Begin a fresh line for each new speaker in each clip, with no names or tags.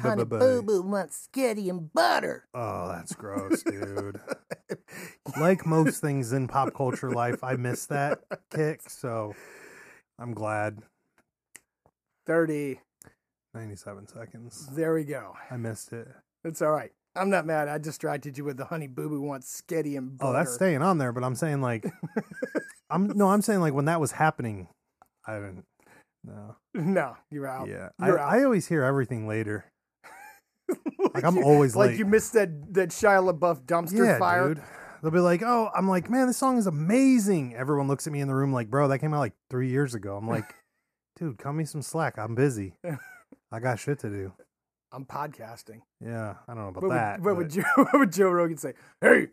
Honey Boo Boo wants skitty and butter.
Oh, that's gross, dude. like most things in pop culture life, I miss that kick, so I'm glad.
30.
97 seconds.
There we go.
I missed it.
It's all right. I'm not mad. I distracted you with the honey boo boo wants sketty and butter.
Oh, that's staying on there, but I'm saying like I'm no, I'm saying like when that was happening, I didn't no.
No, you're out.
Yeah. I,
You're out.
I always hear everything later. Like I'm
you-
always
like
late.
you missed that that Shia LaBeouf dumpster
yeah,
fire.
dude. They'll be like, "Oh, I'm like, man, this song is amazing." Everyone looks at me in the room like, "Bro, that came out like three years ago." I'm like, "Dude, cut me some slack. I'm busy. I got shit to do."
I'm podcasting.
Yeah, I don't know about
What would,
that.
what
but-
would Joe, what would Joe Rogan say? Hey,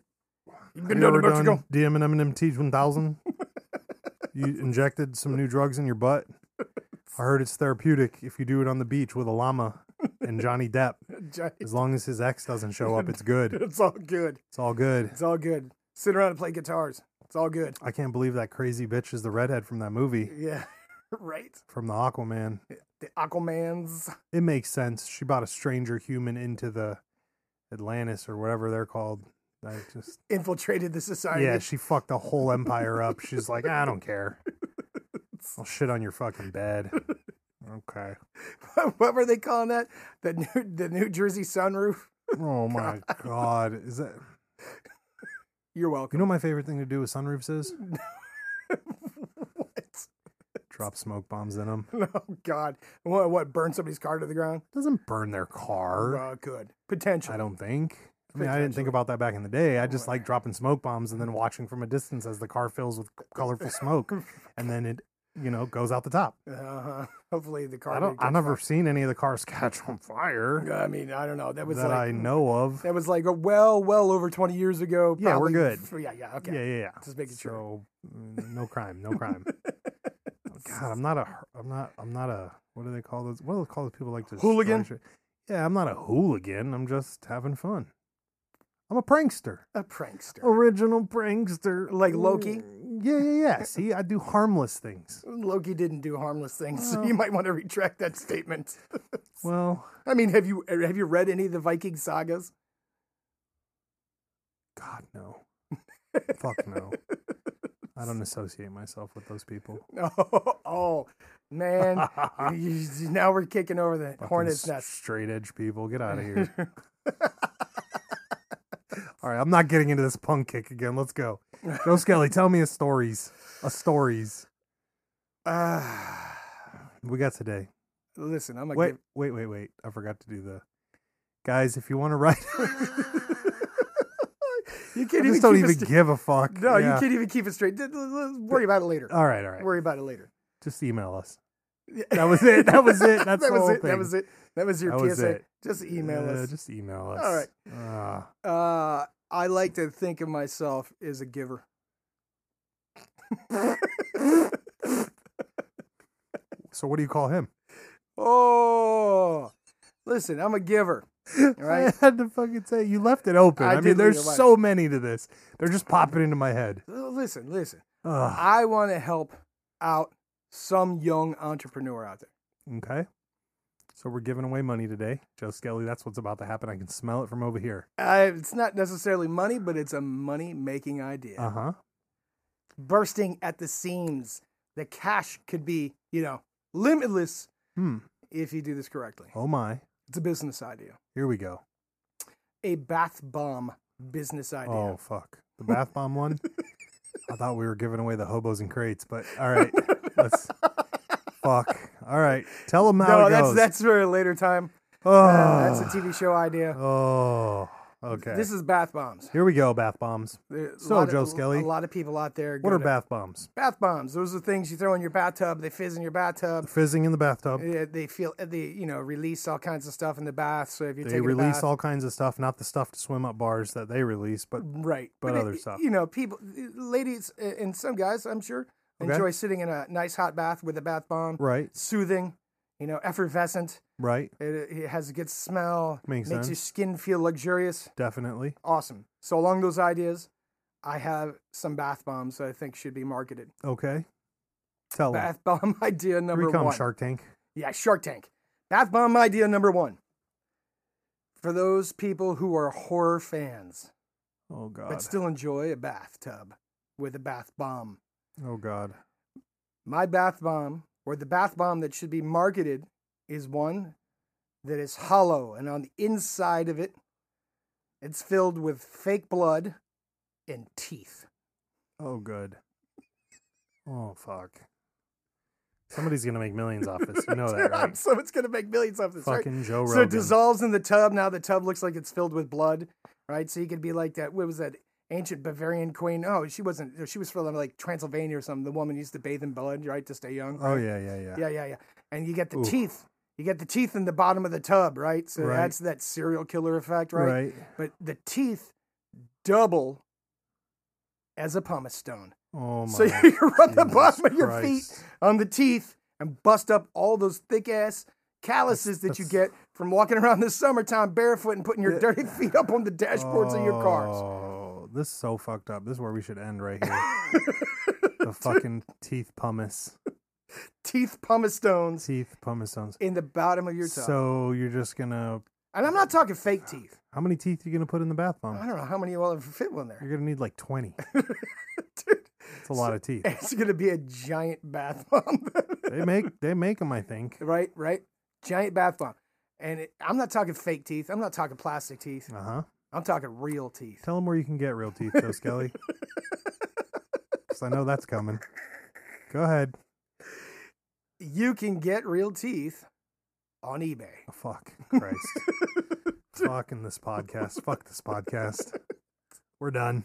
you've
Have
been
you
down to
ever
Mexico.
done DMMT 1000? you injected some new drugs in your butt? I heard it's therapeutic if you do it on the beach with a llama and Johnny Depp. As long as his ex doesn't show up, it's good.
It's all good.
It's all good.
It's all good. Sit around and play guitars. It's all good.
I can't believe that crazy bitch is the redhead from that movie,
Yeah, right.
from the Aquaman.
The Aquaman's.
It makes sense. She brought a stranger human into the Atlantis or whatever they're called. I just
infiltrated the society.
yeah, she fucked the whole empire up. She's like, I don't care. I'll shit on your fucking bed. Okay.
what were they calling that? The New, the New Jersey sunroof.
Oh my god. Is that
You're
you
welcome.
know what my favorite thing to do with sunroofs is?
what?
Drop smoke bombs in them.
Oh God! What? What? Burn somebody's car to the ground?
Doesn't burn their car.
Uh, good
I
potential.
don't think. I mean, I didn't think about that back in the day. I just like dropping smoke bombs and then watching from a distance as the car fills with colorful smoke, and then it, you know, goes out the top.
Uh, hopefully the car.
I don't.
didn't
I've
get
never seen any of the cars catch on
fucked.
fire
I mean, I don't know. That was
that
like
I know of.
that was like a well, well over twenty years ago.
Yeah, we're
probably
good.
f- Yeah, yeah, okay.
Yeah, yeah, yeah.
Just making sure.
So, mm, no crime, no crime. God, I'm not a, I'm not, I'm not a. What do they call those? What do they call those people who like to destroy
Hooligan?
shit? Yeah, I'm not a hooligan. I'm just having fun. I'm a prankster,
A prankster,
Oh, original prankster,
Like Loki?
Yeah, yeah, yeah. See, I do harmless things.
Loki didn't do harmless things, so
Well.
you might want to retract that statement.
Well,
I mean, have you have you read any of the Viking sagas?
God no, fuck no. I don't associate myself with those people.
No, oh man, You- you- now we're kicking over the
Fucking
hornet's
s-
nest.
Straight edge people, get out of here. All right, I'm not getting into this punk kick again. Let's go. Joe Skelly, tell me a stories. A stories.
Uh,
We got today.
listen, I'm gonna
Wait,
give,
wait, wait, wait. I forgot to do the guys. If you want to write,
you
I
can't even
just don't
keep
even
it straight.
give a fuck.
No,
Yeah.
you can't even keep it straight. Th- th- th- Worry about it later.
All right, all right.
Worry about it later.
Just email us. That was it. That was it. That's
that
the
was
whole
it. That
thing.
was it. That was your
That was
PSA.
it.
Just email
Uh,
us.
Just email us.
All right.
Uh,
Uh, I like to think of myself as a giver.
so what do you call him?
oh, listen, I'm a giver.
I
Right.
had to fucking say you left it open.
I
I,
did
mean,
leave
there's
it wide.
so many to this. They're just popping into my head.
L- Listen, listen.
Ugh.
I want to help out some young entrepreneur out there.
Okay. So we're giving away money today, Joe Skelly. That's what's about to happen. I can smell it from over here.
I, it's not necessarily money, but it's a money making idea.
Uh huh.
Bursting at the seams. The cash could be, you know, limitless
Hmm.
if you do this correctly.
Oh my.
It's a business idea.
Here we go.
A bath bomb business idea.
Oh fuck. The bath bomb one. I thought we were giving away the hobos and crates, but all right. Let's. Fuck. All right. Tell them how
no,
it
that's
goes.
that's for a later time.
oh.
Uh, that's a TV show idea.
Oh. Okay.
uh, This is bath bombs.
Here we go. Bath bombs.
There- a
So,
lot of-
Joe Skelly,
a lot of people out there.
What
go
are
to-
bath bombs?
bath bombs? Those are things you throw in your bathtub. They fizz in your bathtub.
Fizzing in the bathtub.
Uh, They feel uh, they you know release all kinds of stuff in the bath. So if you
They
take a
release
bath,
all kinds of stuff, not the stuff to swim up bars that they release, but
right,
but
it-
other stuff.
You know, people, ladies, uh, and some guys, I'm sure,
Okay.
enjoy sitting in a nice hot bath with a bath bomb.
right,
Soothing, you know, effervescent.
right,
It, it has a good smell.
Makes
makes your
sense.
skin feel luxurious.
definitely.
Awesome. So along those ideas, I have some bath bombs that I think should be marketed.
Okay, tell them.
Bath bomb idea number
Oh. Here we come,
one.
Shark Tank.
Yeah, Shark Tank. Bath bomb idea number one. For those people who are horror fans,
Oh god.
but still enjoy a bathtub with a bath bomb.
oh god.
My bath bomb, or the bath bomb that should be marketed, is one that is hollow, and on the inside of it, it's filled with fake blood and teeth.
Oh good. Oh fuck. Somebody's gonna make millions off this. You know that, right?
so it's going to make millions off this, right?
Fucking Joe Rogan.
So it dissolves in the tub. Now the tub looks like it's filled with blood, right? So you could be like that. What was that ancient Bavarian queen? Oh, she wasn't. She was from like Transylvania or something. The woman used to bathe in blood, right, to stay young.
oh yeah, yeah, yeah.
Yeah, yeah, yeah. And you get the
Ooh.
teeth. You get the teeth in the bottom of the tub, right? So
Right.
that's that serial killer effect, right?
right.
But the teeth double as a pumice stone.
Oh my.
so you rub the
Jesus
bottom of your feet
Christ.
on the teeth and bust up all those thick ass calluses that you get from walking around this summertime barefoot and putting your dirty feet up on the dashboards of your cars.
Oh, this is so fucked up. This is where we should end right here. the fucking teeth pumice,
Teeth pumice stones
teeth pumice stones.
in the bottom of your tub.
So you're just gonna.
and I'm not talking fake teeth.
How many teeth you gonna put in the bath
I
bomb?
don't know how many will ever fit one there.
You're gonna need like twenty.
Dude,
It's a lot of teeth.
it's gonna be a giant bath bomb.
They make they make them. I think. Uh
right, right? Giant bath bomb. And it, I'm not talking fake teeth. I'm not talking plastic teeth.
huh.
I'm talking real teeth.
Uh-huh. Tell them where you can get real teeth, though, Skelly. Because I know that's coming. Go ahead.
You can get real teeth on eBay.
Oh, fuck Christ. Fucking this podcast. Fuck this podcast. We're done.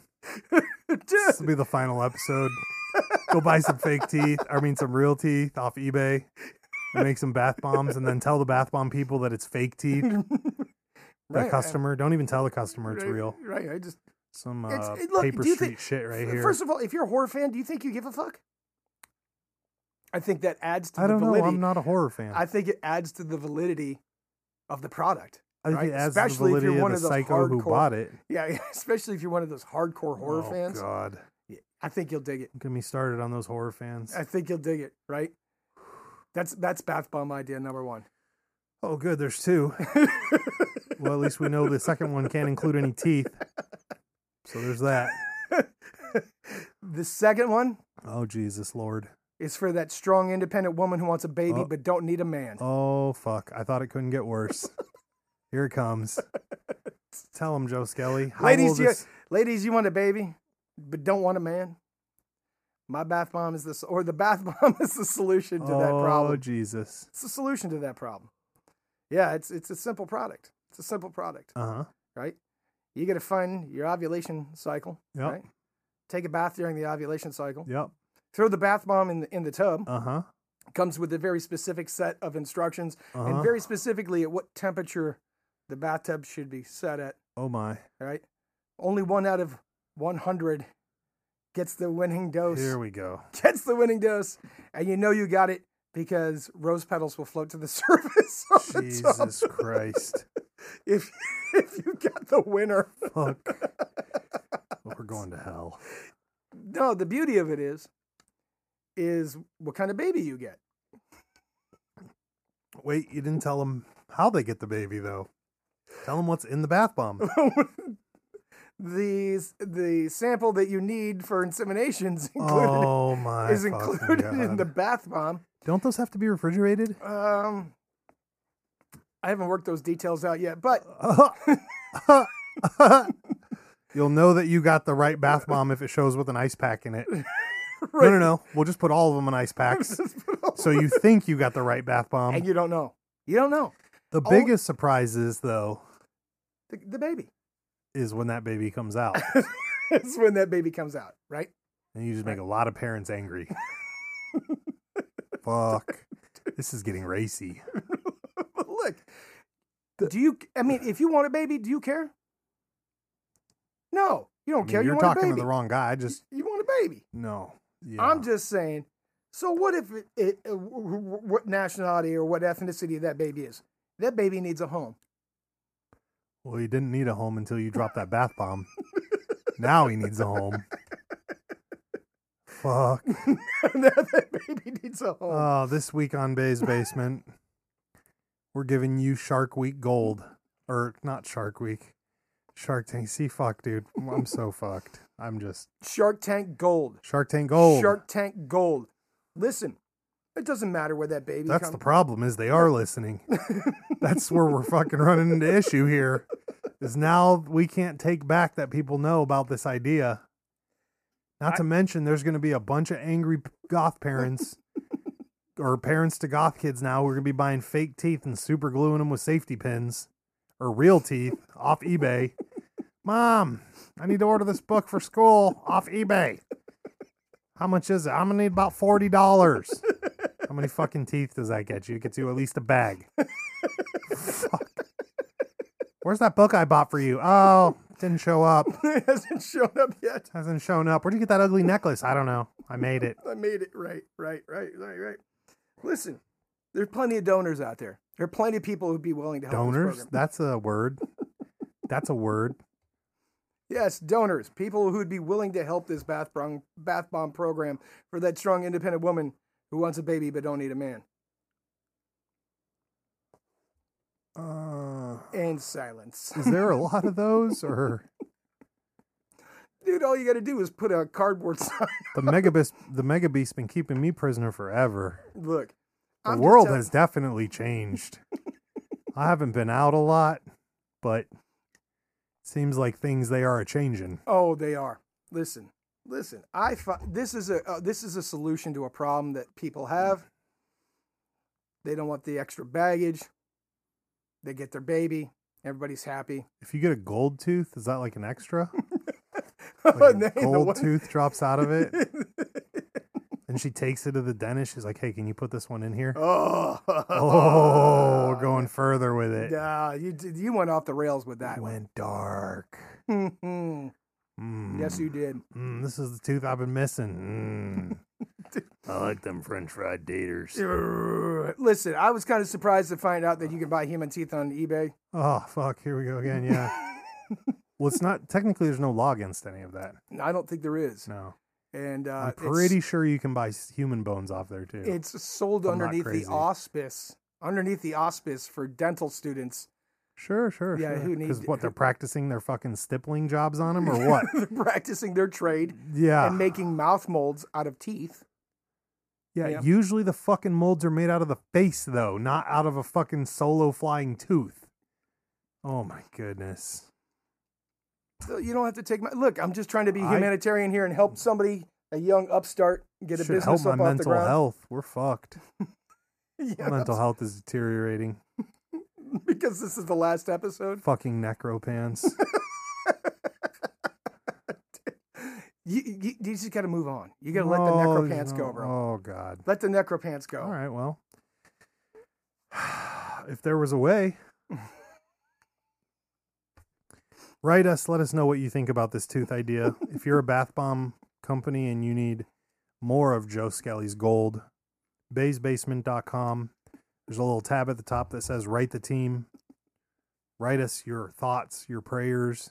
This will be the final episode. Go buy some fake teeth. I mean, some real teeth off eBay. and Make some bath bombs and then tell the bath bomb people that it's fake teeth. The
Right, I-
customer, don't even tell the customer it's
right,
real.
Right. I just
Some
It's-
uh,
it- look,
paper
do you
street
think-
shit right
F-
here.
First of all, if you're a horror fan, do you think you give a fuck? I think that adds to
I
the
don't know.
validity.
I'm not a horror fan.
I think it adds to the validity of the product.
I think
right?
it adds
Especially
to
if
the
you're
validity
one
of
of
the
those
psycho who
hardcore-
bought it.
Yeah, yeah, especially if you're one of those hardcore horror
oh,
fans.
God.
Yeah, I think you'll dig it.
Don't Get me started on those horror fans.
I think you'll dig it, right? That's that's bath bomb idea number one.
Oh, good. There's two. well, at least we know the second one can't include any teeth. So there's that.
The second one
Oh, Jesus, Lord.
is for that strong, independent woman who wants a baby
Oh.
but don't need a man.
Oh, fuck. I thought it couldn't get worse. Here it comes. Tell him, Joe Skelly. How will
ladies, you,
this-
ladies, you want a baby but don't want a man. My bath bomb is this, or the bath bomb is the solution to that
Oh,
problem.
Jesus.
It's the solution to that problem. Yeah, it's it's a simple product. It's a simple product,
Uh huh.
right? You got to find your ovulation cycle,
Yep.
right? Take a bath during the ovulation cycle.
Yep.
Throw the bath bomb in the, in the tub.
Uh huh.
comes with a very specific set of instructions
Uh
and
huh.
very specifically at what temperature the bathtub should be set at.
Oh, my.
All right. Only one out of 100 gets the winning dose.
Here we go.
Gets the winning dose. And you know you got it because rose petals will float to the surface of the tub
Jesus Christ.
if, if you got the winner.
Fuck. We're going to hell.
No, the beauty of it is, is what kind of baby you get.
Wait, you didn't tell them how they get the baby though. Tell them what's in the bath bomb.
the, the sample that you need for insemination's included
oh my!
is
fucking
included in
God.
the bath bomb.
Don't those have to be refrigerated?
Um, I haven't worked those details out yet, but
Uh, You'll know that you got the right bath bomb if it shows with an ice pack in it. No,
Right.
no, no. We'll just put all of them in ice packs. so you think you got the right bath bomb.
and you Oh. don't know. You don't know
the
all-
biggest surprise is though
the, the baby.
is when that baby comes out,
It's when that baby comes out, right?
and you just make a lot of parents angry. Fuck. This is getting racy.
But look, do you? I mean, if you want a baby, do you care? No, you don't
I mean,
care.
you're
you want a
talking
baby.
to the wrong guy. I just
you want a baby.
no. Yeah.
I'm just saying. So what if it, it uh, w- w- w- what nationality or what ethnicity that baby is? That baby needs a home.
well, he didn't need a home until you dropped that bath bomb. now he needs a home. Fuck.
that baby needs a home.
Oh, this week on Bay's basement, We're giving you Shark Week gold, or not Shark Week, Shark Tank. See, fuck, dude, I'm so fucked. I'm just
Shark Tank Gold.
Shark Tank gold.
Shark Tank Gold. Listen, it doesn't matter where that baby
That's
comes
the problem is they are listening. That's where we're fucking running into issue here. Is now we can't take back that people know about this idea. Not to mention there's going to be a bunch of angry p- goth parents or parents to goth kids now who are going to be buying fake teeth and super gluing them with safety pins or real teeth off eBay. Mom, I need to order this book for school off eBay. How much is it? I'm gonna need about forty dollars. How many fucking teeth does that get you? It gets you at least a bag. Fuck. Where's that book I bought for you? Oh, didn't show up.
it hasn't shown up yet.
Hasn't shown up. Where'd you get that ugly necklace? I don't know. I made it.
I made it right, right, right, right, right. Listen, there's plenty of donors out there. There are plenty of people who'd be willing to help. this
Donors?
program.
That's a word. That's a word.
Yes, donors, people who'd be willing to help this bath bomb, bath bomb program for that strong, independent woman who wants a baby but don't need a man.
Uh,
And silence,
is there a lot of those or
dude. All you got to do is put a cardboard sign.
the mega beast the mega beast's been keeping me prisoner forever.
Look,
The
I'm just
world
tell-
has definitely changed. I haven't been out a lot, but it seems like things they are a changing.
Oh, they are. Listen, listen. I fi- this is a uh, this is a solution to a problem that people have. They don't want the extra baggage. They get their baby. Everybody's happy.
If you get a gold tooth, is that like an extra?
And
Like
then
a
the
gold
one-
tooth drops out of it. and she takes it to the dentist. She's like, "Hey, can you put this one in here?"
Oh,
Oh, we're going further with it.
Nah, you d- you went off the rails with that.
It
one.
went dark.
Mhm.
Mm.
yes, you did.
Mm, this is the tooth I've been missing. Mm. I like them French fried daters.
Listen, I was kind of surprised to find out that you can buy human teeth on eBay.
Oh fuck, here we go again. Yeah. well, it's not technically there's no law against any of that.
And I don't think there is.
No,
And uh,
I'm
it's-
pretty sure you can buy s- human bones off there too.
It's sold
I'm not
underneath the
crazy.
auspice, underneath the auspice for dental students.
sure, sure.
Yeah,
sure.
who need-
what they're practicing their fucking stippling jobs on them or what?
They're practicing their trade
yeah,
and making mouth molds out of teeth.
yeah.
yeah.
Usually the fucking molds are made out of the face though, not out of a fucking solo flying tooth. Oh my goodness.
So you don't have to take my look. I'm just trying to be
I-
humanitarian here and help somebody, a young upstart, get a
Should help
business
my
up off the
mental
ground.
health. We're fucked.
Yeah,
My mental health is deteriorating.
because this is the last episode.
Fucking necro pants.
You, you, you just got to move on. You got to let the necro pants go, bro.
Oh god.
Let the necro pants go.
All right, well, if there was a way, write us. Let us know what you think about this tooth idea. if you're a bath bomb company and you need more of Joe Skelly's gold, baysbasement.com. There's a little tab at the top that says "Write the team." Write us your thoughts, your prayers.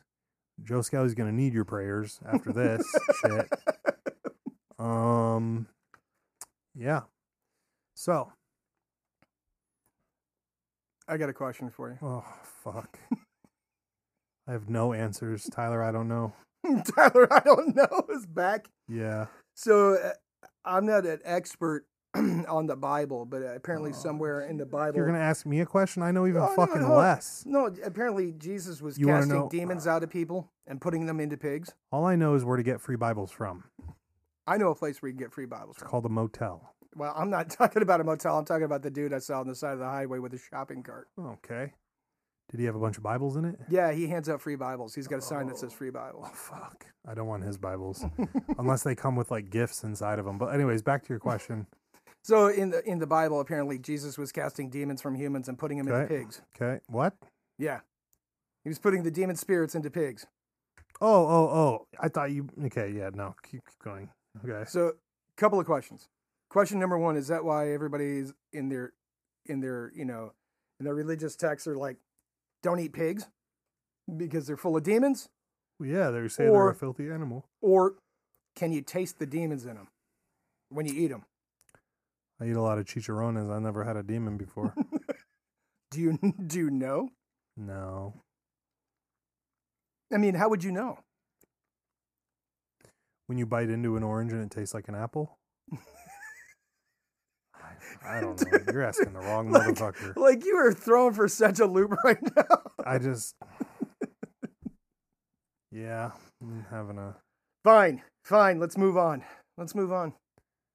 Joe Skelly's gonna need your prayers after this shit. Um, yeah. So,
I got a question for you.
oh fuck. I have no answers, Tyler. I don't know.
Tyler, I don't know, is back.
Yeah.
So uh, I'm not an expert on the Bible, but apparently
Oh,
somewhere in the Bible,
You're gonna ask me a question? I know even
Oh, no,
fucking
no.
less.
no, apparently Jesus was
You wanna know- uh
casting demons out of people and putting them into pigs.
All I know is where to get free Bibles from.
I know a place where you can get free Bibles.
It's
From.
called a motel.
Well, I'm not talking about a motel. I'm talking about the dude I saw on the side of the highway with a shopping cart.
Okay. Did he have a bunch of Bibles in it?
Yeah, he hands out free Bibles. He's got a sign that says
Oh.
free Bible.
Fuck. I don't want his Bibles unless they come with like gifts inside of them. But anyways, back to your question.
So in the in the Bible, apparently Jesus was casting demons from humans and putting them into
Okay.
pigs.
Okay. What?
Yeah, he was putting the demon spirits into pigs.
Oh, oh, oh. I thought you Okay, yeah, no. Keep, keep going. Okay.
So, couple of questions. Question number one is that why everybody's in their, in their, you know, in their religious texts are like, don't eat pigs, because they're full of demons,
Well, yeah, they were saying they're
Or-
a filthy animal.
or can you taste the demons in them when you eat them?
I eat a lot of chicharrones. I never had a demon before.
Do you do you know?
No.
I mean, how would you know?
When you bite into an orange and it tastes like an apple? I, I don't know. You're asking the wrong
Like-
motherfucker.
Like you are throwing for such a loop right now.
I just. Yeah, I'm having a.
Fine, fine. Let's move on. Let's move on.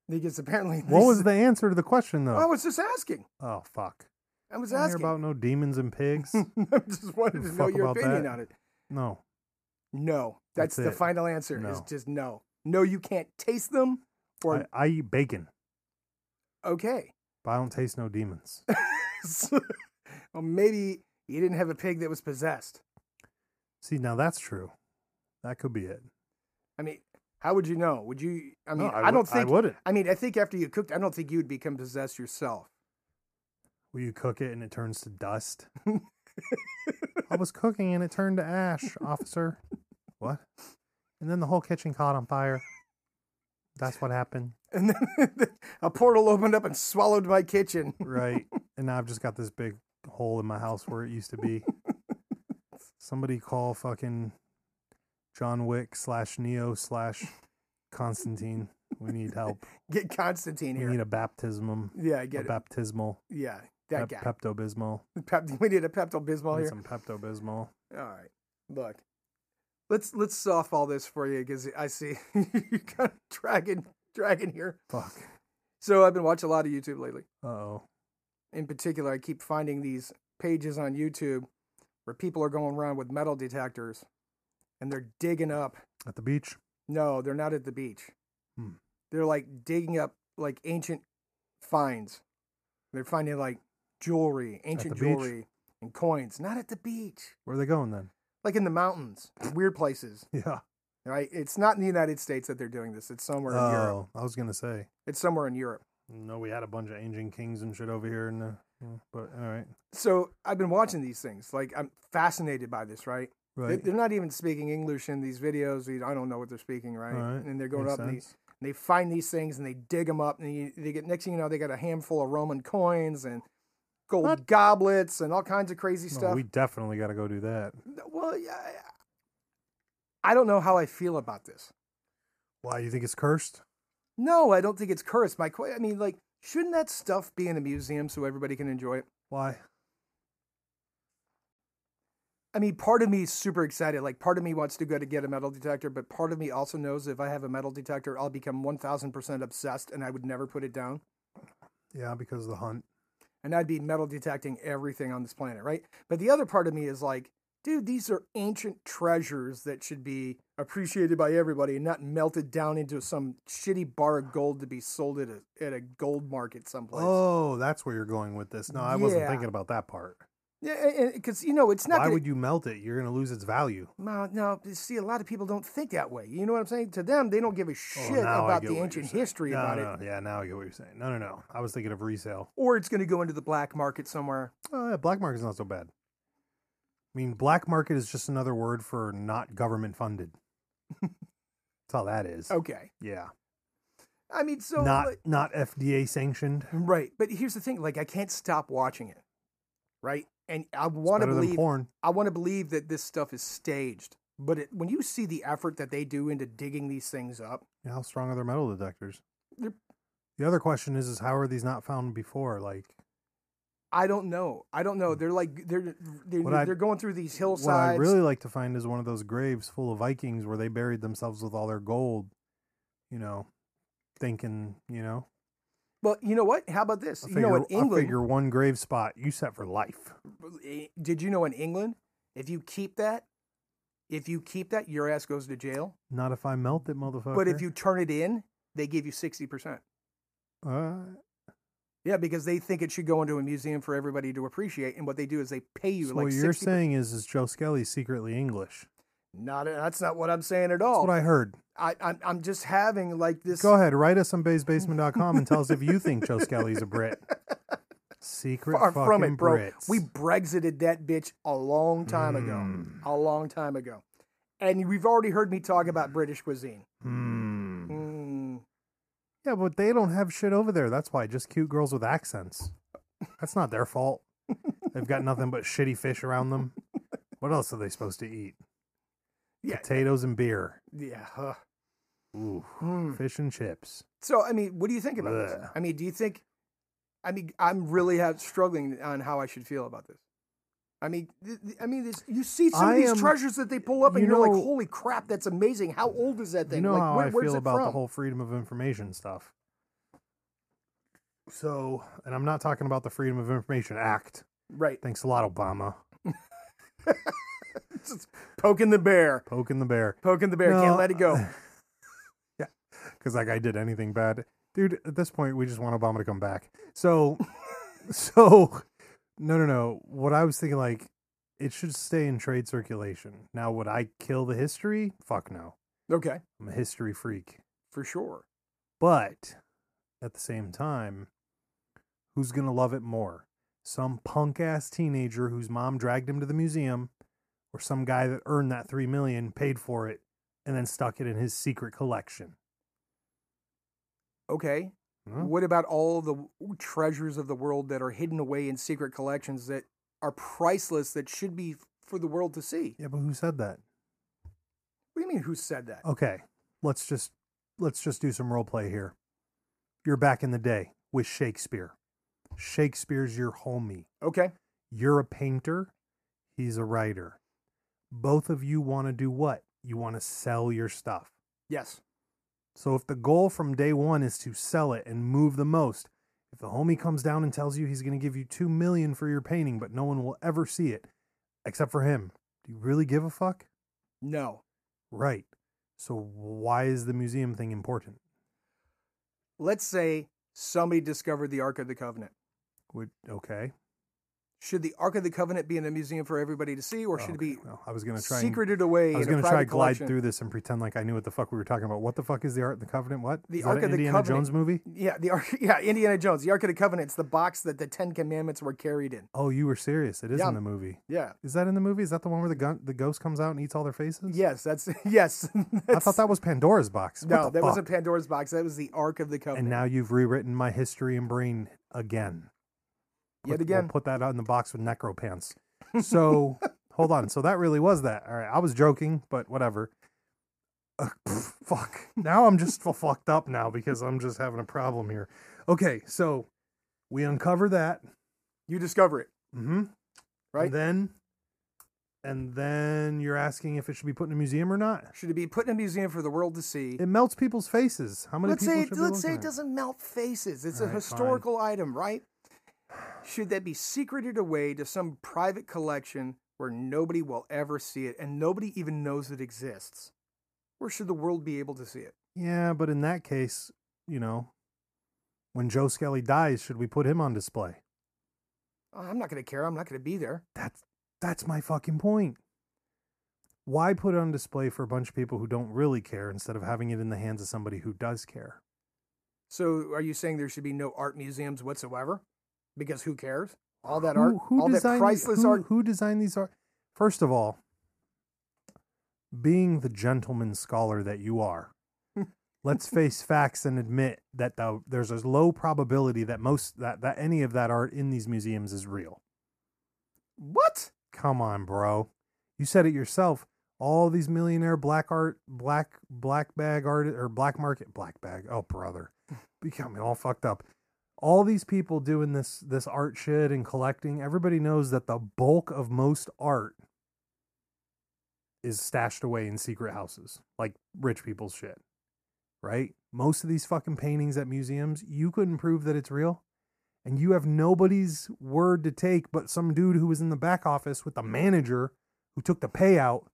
Because apparently,
What
these-
was the answer to the question
I
though?
was just asking.
Oh fuck!
I was
I don't hear
asking.
about no demons and pigs.
I just wanted to
Fuck
know your
about
opinion
that.
on it.
No,
No, that's,
That's
the
it.
final answer. Is
No.
just no. No, you can't taste them.
I,
Or
I eat bacon,
okay,
but I don't taste no demons.
So- well, maybe you didn't have a pig that was possessed.
See, now that's true. That could be it.
I mean, how would you know? Would you? I mean,
No,
I,
would-
don't think.
I wouldn't.
I mean, I think after you cooked, I don't think you'd become possessed yourself.
Will you cook it and it turns to dust? I was cooking and it turned to ash, officer. What? And then the whole kitchen caught on fire. That's what happened.
And then a portal opened up and swallowed my kitchen.
Right. and now I've just got this big hole in my house where it used to be. Somebody call fucking John Wick slash Neo slash Constantine. We need help.
Get Constantine
We
here.
need a baptism.
yeah, I
A
get it.
baptismal.
Yeah, that guy.
Pepto Bismol.
Pep- we need a Pepto Bismol here.
Some Pepto Bismol.
All right, look. Let's let's soft all this for you because I see you kind of dragging dragging here.
Fuck.
So I've been watching a lot of YouTube lately.
Uh oh.
in particular, I keep finding these pages on YouTube where people are going around with metal detectors and they're digging up.
At the beach.
No, they're not at the beach.
Hmm.
They're like digging up like ancient finds. They're finding like jewelry, ancient
beach?
jewelry, and coins. Not at the beach,
Where are they going then?
like in the mountains, weird places.
Yeah.
Right? It's not in the United States that they're doing this. It's somewhere in Europe.
Oh, I was gonna say.
It's somewhere in Europe.
No, we had a bunch of ancient kings and shit over here, and uh, yeah, but all right,
So I've been watching these things. Like I'm fascinated by this, right? They-
right,
They're not even speaking English in these videos. We- I don't know what they're speaking, right?
All right,
And they're going
makes
up and they,
sense.
they find these things and they dig them up. And you- they get next thing you know, they got a handful of Roman coins and gold
What?
goblets and all kinds of crazy
No,
stuff.
we definitely got to go do that.
Well, yeah, I- I don't know how I feel about this.
Why you think it's cursed?
No, I don't think it's cursed. My, que- I mean, like, shouldn't that stuff be in a museum so everybody can enjoy it?
Why?
I mean, part of me is super excited. Like, part of me wants to go to get a metal detector, but part of me also knows if I have a metal detector, I'll become 1000% obsessed and I would never put it down.
Yeah, because of the hunt.
And I'd be metal detecting everything on this planet, right? But the other part of me is like, dude, these are ancient treasures that should be appreciated by everybody and not melted down into some shitty bar of gold to be sold at a, at a gold market someplace.
Oh, that's where you're going with this. No, I wasn't
Yeah.
thinking about that part.
Yeah, because, you know, it's not
Why
gonna-
would you melt it? You're gonna lose its value.
Well, no, you see, a lot of people don't think that way. You know what I'm saying? To them, they don't give a shit
Oh, now I
about
get
the
what you're
ancient
saying.
history
no,
about
no,
it,
yeah, now I get what you're saying. No, no, no. I was thinking of resale.
or it's going to go into the black market somewhere.
Oh, yeah, black market's not so bad. I mean, black market is just another word for not government funded. that's all that is.
Okay,
Yeah.
I mean, so
not
like-
not FDA sanctioned.
right, but here's the thing: like, I can't stop watching it, right? And I
It's
want to
better than
believe,
porn.
I want to believe that this stuff is staged. But it, when you see the effort that they do into digging these things up,
Yeah, how strong are their metal detectors?
They're-
The other question is, is how are these not found before? Like
I don't know. I don't know. They're like they're they're,
What I-
they're going through these hillsides.
what I really like to find is one of those graves full of Vikings where they buried themselves with all their gold. You know, thinking you know.
well, you know what? How about this?
I
you know, in
figure- I
England,
figure one grave spot you set for life.
Eh, did you know in England, if you keep that, if you keep that, your ass goes to jail.
Not if I melt it, motherfucker.
But if you turn it in, they give you sixty percent.
uh,
Yeah, because they think it should go into a museum for everybody to appreciate. And what they do is they pay you
so
like
what you're
60%.
saying is, is Joe Skelly secretly English?
Not that's not what I'm saying at
That's
all.
what I heard.
I, I'm I'm just having like Oh, this.
Go ahead, write us on baysbasement.com and tell us if you think Joe Skelly's a Brit. Secret
Far
fucking
uh, from it, bro.
Brits.
We Brexited that bitch a long time
Mm.
ago. A long time ago. And we've already heard me talk about British cuisine.
Hmm.
Mm.
Yeah, but they don't have shit over there. That's why just cute girls with accents. That's not their fault. They've got nothing but shitty fish around them. What else are they supposed to eat?
Yeah.
Potatoes and beer.
Yeah. huh.
Ooh,
Hmm.
fish and chips.
So I mean, what do you think about this?
Blech.
I mean, do you think? I mean, I'm really have, struggling on how I should feel about this. I mean, th- th- I mean, this, you see some
I
of these
am-
treasures that they pull up, and
you
you are
know-
like, "Holy crap, that's amazing! How old is that thing?
You know
like,
how
where-
I
where's
feel
it
about the
from?"
whole freedom of information stuff. So, and I'm not talking about the Freedom of Information Act.
right?
Thanks a lot, Obama.
Poking the bear,
Poking the bear.
poking the bear.
No,
Can't let it go.
because like I did anything bad, dude. At this point, we just want Obama to come back. So, so no, no, no. What I was thinking, like, it should stay in trade circulation. Now, would I kill the history? Fuck no.
Okay,
I'm a history freak.
for sure.
But at the same time, who's gonna love it more? Some punk ass teenager whose mom dragged him to the museum, or some guy that earned that three million, paid for it, and then stuck it in his secret collection.
Okay,
Huh?
What about all the w- treasures of the world that are hidden away in secret collections that are priceless that should be f- for the world to see?
Yeah, but who said that?
What do you mean who said that?
okay let's just let's just do some role play here you're back in the day with shakespeare shakespeare's your homie
Okay.
you're a painter he's a writer both of you want to do what you want to sell your stuff
Yes.
so if the goal from day one is to sell it and move the most if the homie comes down and tells you he's going to give you 2 million for your painting but no one will ever see it except for him do you really give a fuck
No.
right so why is the museum thing important
Let's say somebody discovered the Ark of the Covenant.
Would okay.
Should the Ark of the Covenant be in a museum for everybody to see, or
Oh,
should
okay.
it be
Well, I was gonna try. and-
secreted away?
I was
in
gonna
a
try
private
to glide
collection?
through this and pretend like I knew what the fuck we were talking about. What the fuck is the Ark of the Covenant? What
The
Is that
Ark
an
of the
Indiana
Covenant-
Jones movie?
Yeah, the Ark. Yeah, Indiana Jones. The Ark of the Covenant's the box that the Ten Commandments were carried in.
Oh, you were serious. It is
Yeah.
in the movie.
Yeah.
Is that in the movie? Is that the one where the gun, the ghost comes out and eats all their faces?
Yes. That's yes.
I thought that was Pandora's box. What
No,
the
that wasn't
fuck?
Pandora's box. That was the Ark of the Covenant.
And now you've rewritten my history and brain again.
Yet
Put-
again.
we'll put that out in the box with necro pants. So hold on. So that really was that. All right, I was joking, but whatever. Uh, pff, fuck. Now I'm just fu- fucked up now because I'm just having a problem here. Okay, so we uncover that.
You discover it,
Mm-hmm.
right?
And then, and then you're asking if it should be put in a museum or not.
Should it be put in a museum for the world to see?
It melts people's faces. How many
let's
people
say
should be
let's say
looking
it
at
doesn't melt faces. It's
All
a
right,
historical item, right? Should that be secreted away to some private collection where nobody will ever see it and nobody even knows it exists? Or should the world be able to see it?
Yeah, but in that case, you know, when Joe Skelly dies, should we put him on display?
Oh, I'm not going to care. I'm not going to be there.
That's that's my fucking point. Why put it on display for a bunch of people who don't really care instead of having it in the hands of somebody who does care?
So, are you saying there should be no art museums whatsoever? Because who cares? All that art, all that
designed-
priceless
who-
art.
Who designed these art? First of all, being the gentleman scholar that you are, let's face facts and admit that the, there's a low probability that most that, that any of that art in these museums is real.
What?
Come on, bro. You said it yourself. All these millionaire black art, black black bag art, or black market black bag. Oh, brother, you got me all fucked up. All these people doing this this art shit and collecting. Everybody knows that the bulk of most art is stashed away in secret houses, like rich people's shit, right? Most of these fucking paintings at museums, you couldn't prove that it's real and you have nobody's word to take but some dude who was in the back office with the manager who took the payout,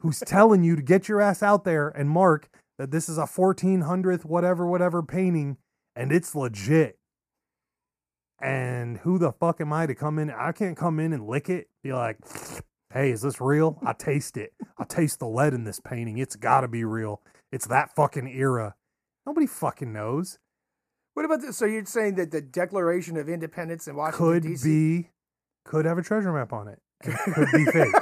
who's telling you to get your ass out there and mark that this is a 1400th whatever, whatever painting and it's legit. And who the fuck am I to come in? I can't come in and lick it, be like, hey, is this real? I taste it. I taste the lead in this painting. It's gotta be real. It's that fucking era. Nobody fucking knows.
What about this? So you're saying that the Declaration of Independence in Washington
could
D.C.
be could have a treasure map on it. and could be fake.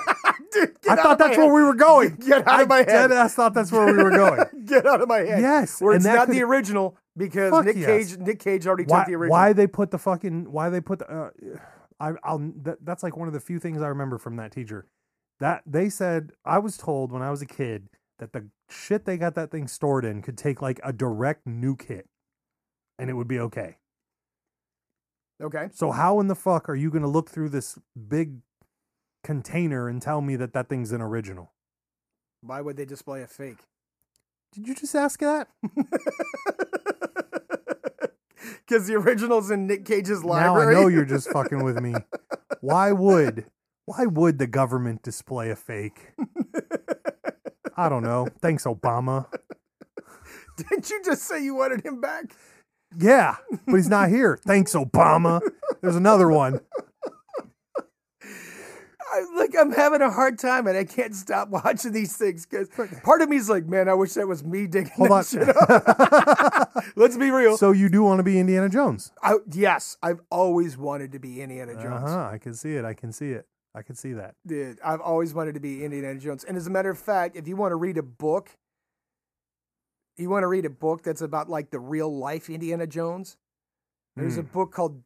Dude, get
I
out
thought
of my
that's
head.
where we were going.
Get out
I
of my head.
dead ass thought that's where we were going.
Get out of my head.
yes,
Where it's
and that
not
could-
the original because
Fuck
Nick
yes.
Cage Nick Cage already
why,
took the original.
why they put the fucking why they put the uh, I, I'll that, that's like one of the few things I remember from that teacher. That they said I was told when I was a kid that the shit they got that thing stored in could take like a direct nuke hit, and it would be okay.
Okay.
So how in the fuck are you going to look through this big container and tell me that that thing's an original?
Why would they display a fake?
Did you just ask that?
Because the original's in Nick Cage's
now I
library.
know you're just fucking with me. Why would why would the government display a fake? I don't know. Thanks, Obama.
Didn't you just say you wanted him back?
Yeah, but he's not here. Thanks, Obama. There's another one.
I, like I'm having a hard time, and I can't stop watching these things because part of me is like, man, I wish that was me digging
Hold
that
on.
shit up. Let's be real.
So you do want to be Indiana Jones?
I, yes, I've always wanted to be Indiana Jones.
Uh-huh. I can see it. I can see it. I can see that.
Dude, I've always wanted to be Indiana Jones. And as a matter of fact, if you want to read a book, you want to read a book that's about like the real life Indiana Jones. There's a
Mm.
book called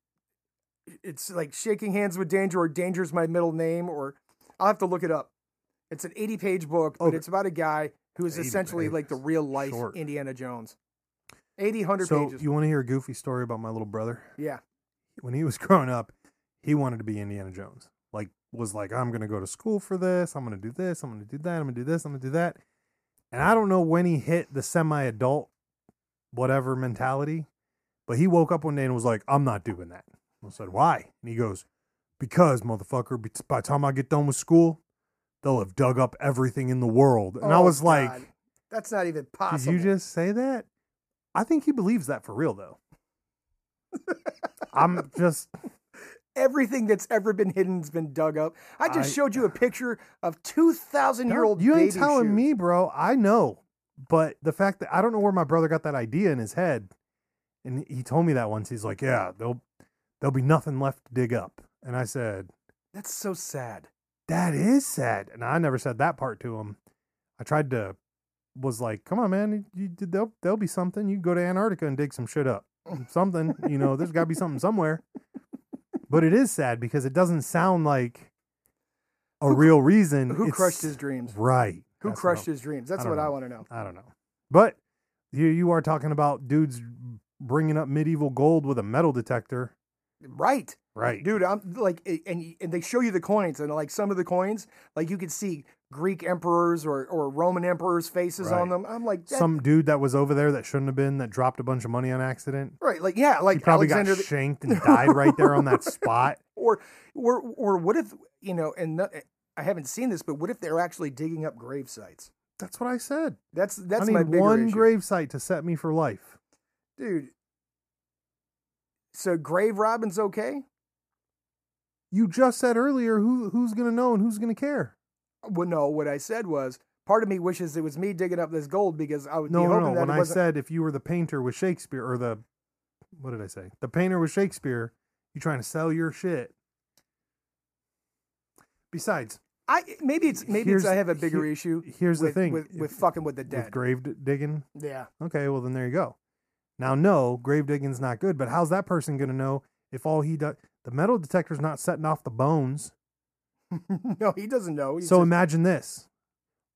it's like Shaking Hands with Danger or Danger's My Middle Name or I'll have to look it up. It's an 80-page book, but
Okay.
it's about a guy who is
80
essentially like the
pages.
real life
Short.
Indiana Jones. 80 100
So
pages.
you want to hear a goofy story about my little brother?
yeah.
When he was growing up, he wanted to be Indiana Jones. Like was like, I'm gonna go to school for this. I'm gonna do this. I'm gonna do that. I'm gonna do this. I'm gonna do that. And I don't know when he hit the semi-adult whatever mentality, but he woke up one day and was like, I'm not doing that. I said, Why? And he goes, Because motherfucker, be- by the time I get done with school, they'll have dug up everything in the world. And I
Oh,
was like.
God. that's not even
Did
possible.
you just say that? I think he believes that for real, though. I'm just
Everything that's ever been hidden's been dug up. I just
I-
showed you a picture of two thousand year old.
you ain't telling me, bro. I know, but the fact that I don't know where my brother got that idea in his head, and he told me that once. He's like, "Yeah, there'll there'll be nothing left to dig up," and I said,
That's so sad.
"That is sad," and I never said that part to him. I tried to was like, "Come on, man, you, you, there'll there'll be something. You go to Antarctica and dig some shit up, something. You know, there's got to be something somewhere." But it is sad because it doesn't sound like a real reason.
Who
Mm, It's-
crushed his dreams?
right?
Who
That's what
crushed
I'm-
his dreams? That's
I don't
what I
know.
want to know.
I don't know. But here you are talking about dudes bringing up medieval gold with a metal detector,
Right,
right?
dude. I'm like, a- and and they show you the coins, and like some of the coins, like you could see Greek emperors or or Roman emperors' faces on
Right.
them. I'm like, that,
Some dude that was over there that shouldn't have been that dropped a bunch of money on accident.
right, like yeah,
He
like
probably
Alexander,
got
the,
shanked and died right there on that spot.
or or or what if you know? And no- I haven't seen this, but what if they're actually digging up grave sites?
That's what I said.
That's that's
I need
my bigger
one
issue.
gravesite to set me for life.
dude. So grave robbing's okay?
You just said earlier who who's gonna know and who's gonna care.
Well, no. What I said was, part of me wishes it was me digging up this gold because I would
No,
be
no,
hoping
no.
that
When
it
I
wasn't.
said if you were the painter with Shakespeare or the what did I say? The painter with Shakespeare, you trying to sell your shit. Besides,
I maybe it's maybe
Here's-
it's I have a bigger
here-
issue.
here's the
with-
thing.
with, with
If-
fucking with the dead.
with grave d- digging,
yeah,
okay, well then there you go. Now, no, grave digging's not good, but how's that person gonna know if all he does? The metal detector's not setting off the bones.
no, he doesn't know. He's
So
just-
imagine this: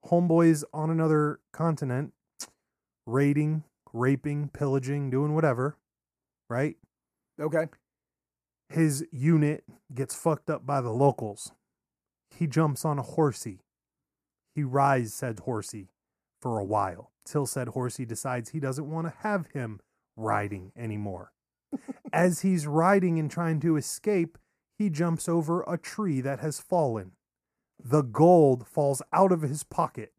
homeboys on another continent, raiding, raping, pillaging, doing whatever, right?
okay,
his unit gets fucked up by the locals. He jumps on a horsey. He rides said horsey for a while till said horsey decides he doesn't want to have him riding anymore. As he's riding and trying to escape, he jumps over a tree that has fallen. The gold falls out of his pocket.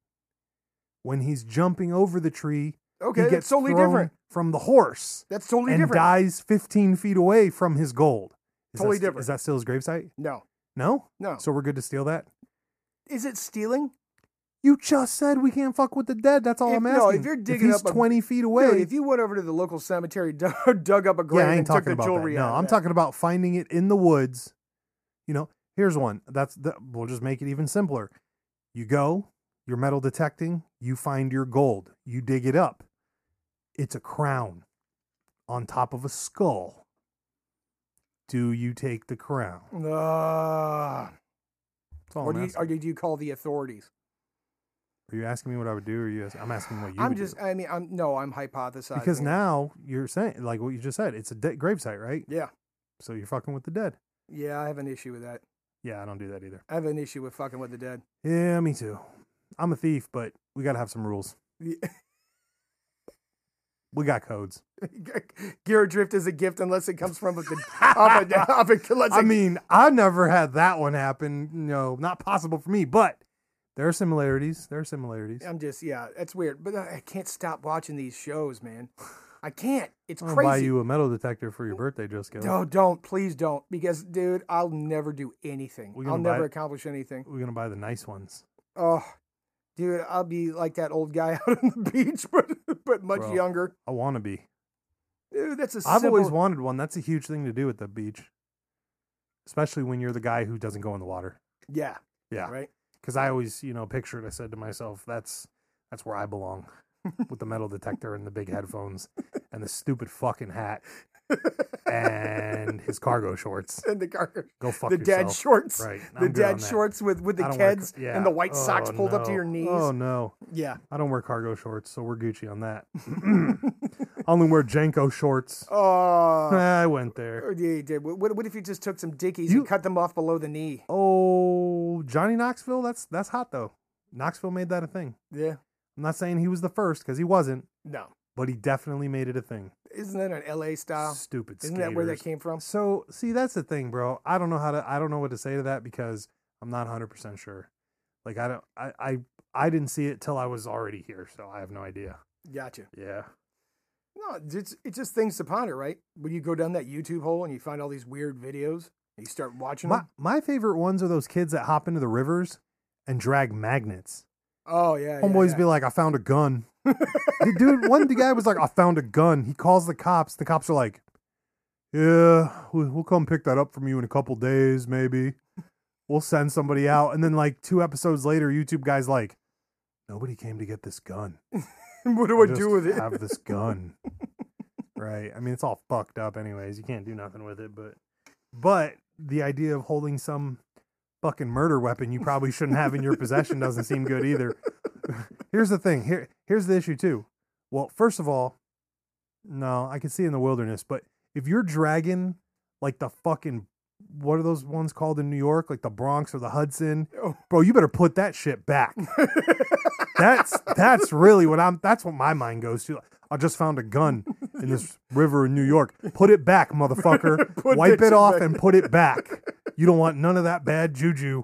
When he's jumping over the tree, he
okay, that's
gets
totally
thrown
different.
from the horse
That's totally
and
different.
dies 15 feet away from his gold. Is
Totally
that, st-
different.
Is that still his gravesite?
no,
No?
no.
So we're good to steal that?
is it stealing?
You just said we can't fuck with the dead. That's all
If-
I'm asking.
no, if you're digging
he's
up a-
20 feet away.
Dude, if you went over to the local cemetery, dug, dug up a grave,
yeah, I ain't
and took
talking
the
about that.
jewelry
No,
out of
I'm
that.
talking about finding it in the woods. You know, here's one. That's the, we'll just make it even simpler. You go, you're metal detecting, you find your gold, you dig it up. It's a crown on top of a skull. Do you take the crown?
Ugh.
That's all
or
I'm
do you,
asking.
or do you call the authorities?
Are you asking me what I would do, or are you? Ask, I'm asking what you.
I'm
would
just.
do.
I mean, I'm no. I'm hypothesizing
because
it.
now you're saying like what you just said. It's a de- gravesite, right?
Yeah,
So you're fucking with the dead.
yeah. I have an issue with that.
Yeah, I don't do that either.
I have an issue with fucking with the dead.
Yeah, me too. I'm a thief, but we gotta have some rules. We got codes.
Gear drift is a gift unless it comes from a, off a, off a unless
I
it-
mean, I never had that one happen. No, not possible for me. But there are similarities. There are similarities.
I'm just yeah, that's weird. But I I can't stop watching these shows, man. I can't. It's
I'll buy
crazy.
you a metal detector for your birthday, Jessica.
No, don't please don't because dude, I'll never do anything.
We're
I'll
gonna buy
never
it.
accomplish anything.
We're gonna buy the nice ones.
Oh, dude, I'll be like that old guy out on the beach, but but much
Bro.
younger.
I want to be.
Dude, that's a
I've always
simple-
wanted one. That's a huge thing to do at the beach, especially when you're the guy who doesn't go in the water.
yeah
Yeah,
right.
because I always, you know, pictured. I said to myself, "That's that's where I belong." With the metal detector and the big headphones and the stupid fucking hat and his cargo shorts.
And the gar-
Go fuck
the
yourself.
dad shorts,
Right.
the
I'm good on
dad
that.
shorts with with the
I don't wear
keds
car- yeah.
and the white socks
Oh,
pulled up to
no.
your knees.
Oh no,
Yeah.
I don't wear cargo shorts, so we're Gucci on that. I only wear Janko shorts.
Oh.
I went there.
Or Yeah, you did. What, what- what if you just took some dickies
You-
and cut them off below the knee?
Oh, Johnny Knoxville. That's that's hot though. Knoxville made that a thing.
Yeah.
I'm not saying he was the first because he wasn't,
No.
but he definitely made it a thing.
Isn't that an LA style?
Stupid.
Isn't that where that
skaters.
came from?
So see, that's the thing, bro. I don't know how to. I don't know what to say to that because I'm not 100 percent sure. Like I don't. I, I I didn't see it till I was already here, so I have no idea.
Gotcha.
Yeah.
No, it's it's just things to ponder, right? When you go down that YouTube hole and you find all these weird videos, and you start watching
My
them.
my favorite ones are those kids that hop into the rivers and drag magnets.
Oh yeah. yeah,
Homeboys
yeah.
be like, "I found a gun." The Dude, one the guy was like, "I found a gun." He calls the cops. The cops are like, "Yeah, we- we'll come pick that up from you in a couple days, maybe. We'll send somebody out." And then like two episodes later, YouTube guys like, "Nobody came to get this gun.
what do I
just
do with it?
Have this gun, right? I mean, it's all fucked up, anyways. You can't do nothing with it, but but the idea of holding some fucking murder weapon you probably shouldn't have in your possession doesn't seem good either. here's the thing. Here here's the issue too. Well, first of all, no, I can see in the wilderness, but if you're dragging like the fucking what are those ones called in New York, like the Bronx or the Hudson?
Oh.
Bro, you better put that shit back. that's that's really what I'm. That's what my mind goes to. I just found a gun in this river in New York. Put it back, motherfucker.
Put
Wipe
that
it
shit
off
back.
and put it back. You don't want none of that bad juju.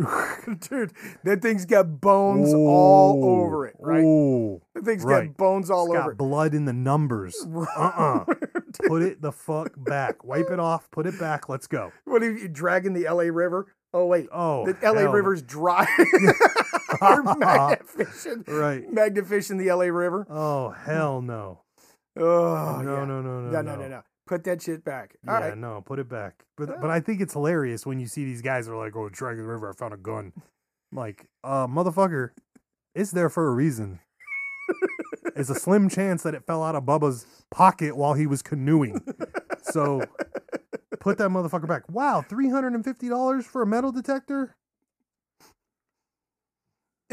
Oh, Dude, that thing's got bones all
Ooh,
over it, right?
ooh,
that thing's
right.
got bones all
it's
over
got
it.
blood in the numbers. Uh uh Put it the fuck back. Wipe it off. Put it back. Let's go.
What are you dragging the LA River? Oh wait,
Oh,
the LA
hell.
River's dry. Or magnificent,
Right.
Magnifish in the LA River.
Oh hell no. no, no
Oh yeah.
no no
no, no, no, no. Put that shit back. All
yeah,
right.
no, put it back. But but I think it's hilarious when you see these guys are like, "Oh, Dragon River, I found a gun." I'm like, uh, motherfucker, it's there for a reason. it's a slim chance that it fell out of Bubba's pocket while he was canoeing. So put that motherfucker back. Wow, three hundred and fifty dollars for a metal detector.